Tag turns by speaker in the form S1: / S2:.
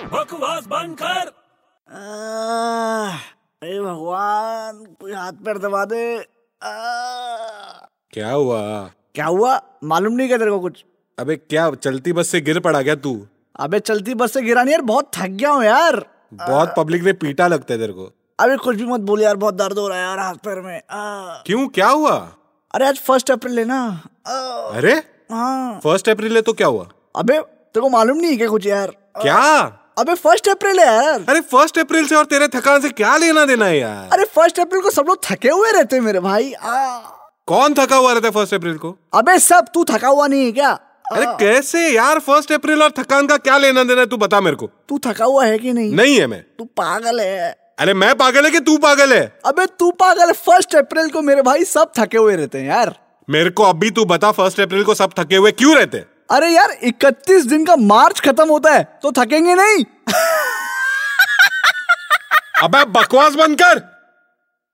S1: आवाज बंद कर
S2: आह, अरे भगवान कोई हाथ पैर दबा दे आह,
S3: क्या हुआ
S2: क्या हुआ मालूम नहीं क्या तेरे को कुछ
S3: अबे क्या चलती बस से गिर पड़ा क्या तू
S2: अबे चलती बस से गिरा नहीं यार बहुत थक गया हूँ यार
S3: बहुत पब्लिक ने पीटा लगता है तेरे को
S2: अबे कुछ भी मत बोल यार बहुत दर्द हो रहा है यार हाथ पैर में आह,
S3: क्यों क्या हुआ
S2: अरे आज फर्स्ट अप्रैल है ना आह,
S3: अरे
S2: हाँ
S3: फर्स्ट अप्रैल है तो क्या हुआ
S2: अबे तेरे को मालूम नहीं है क्या कुछ यार
S3: क्या
S2: अबे फर्स्ट अप्रैल है यार
S3: अरे फर्स्ट अप्रैल से और तेरे थकान से क्या लेना देना है यार
S2: अरे फर्स्ट अप्रैल को सब लोग थके हुए रहते हैं मेरे भाई आह,
S3: कौन थका हुआ रहता है फर्स्ट अप्रैल को
S2: अबे सब तू थका हुआ नहीं है क्या
S3: अरे कैसे यार फर्स्ट अप्रैल और थकान का क्या लेना देना है तू बता मेरे को
S2: तू थका हुआ है कि नहीं
S3: नहीं है मैं
S2: तू पागल है
S3: अरे मैं पागल है कि तू पागल है
S2: अबे तू पागल है फर्स्ट अप्रैल को मेरे भाई सब थके हुए रहते हैं यार
S3: मेरे को अभी तू बता फर्स्ट अप्रैल को सब थके हुए क्यों रहते हैं?
S2: अरे यार 31 दिन का मार्च खत्म होता है तो थकेंगे नहीं
S3: अबे बकवास बंद कर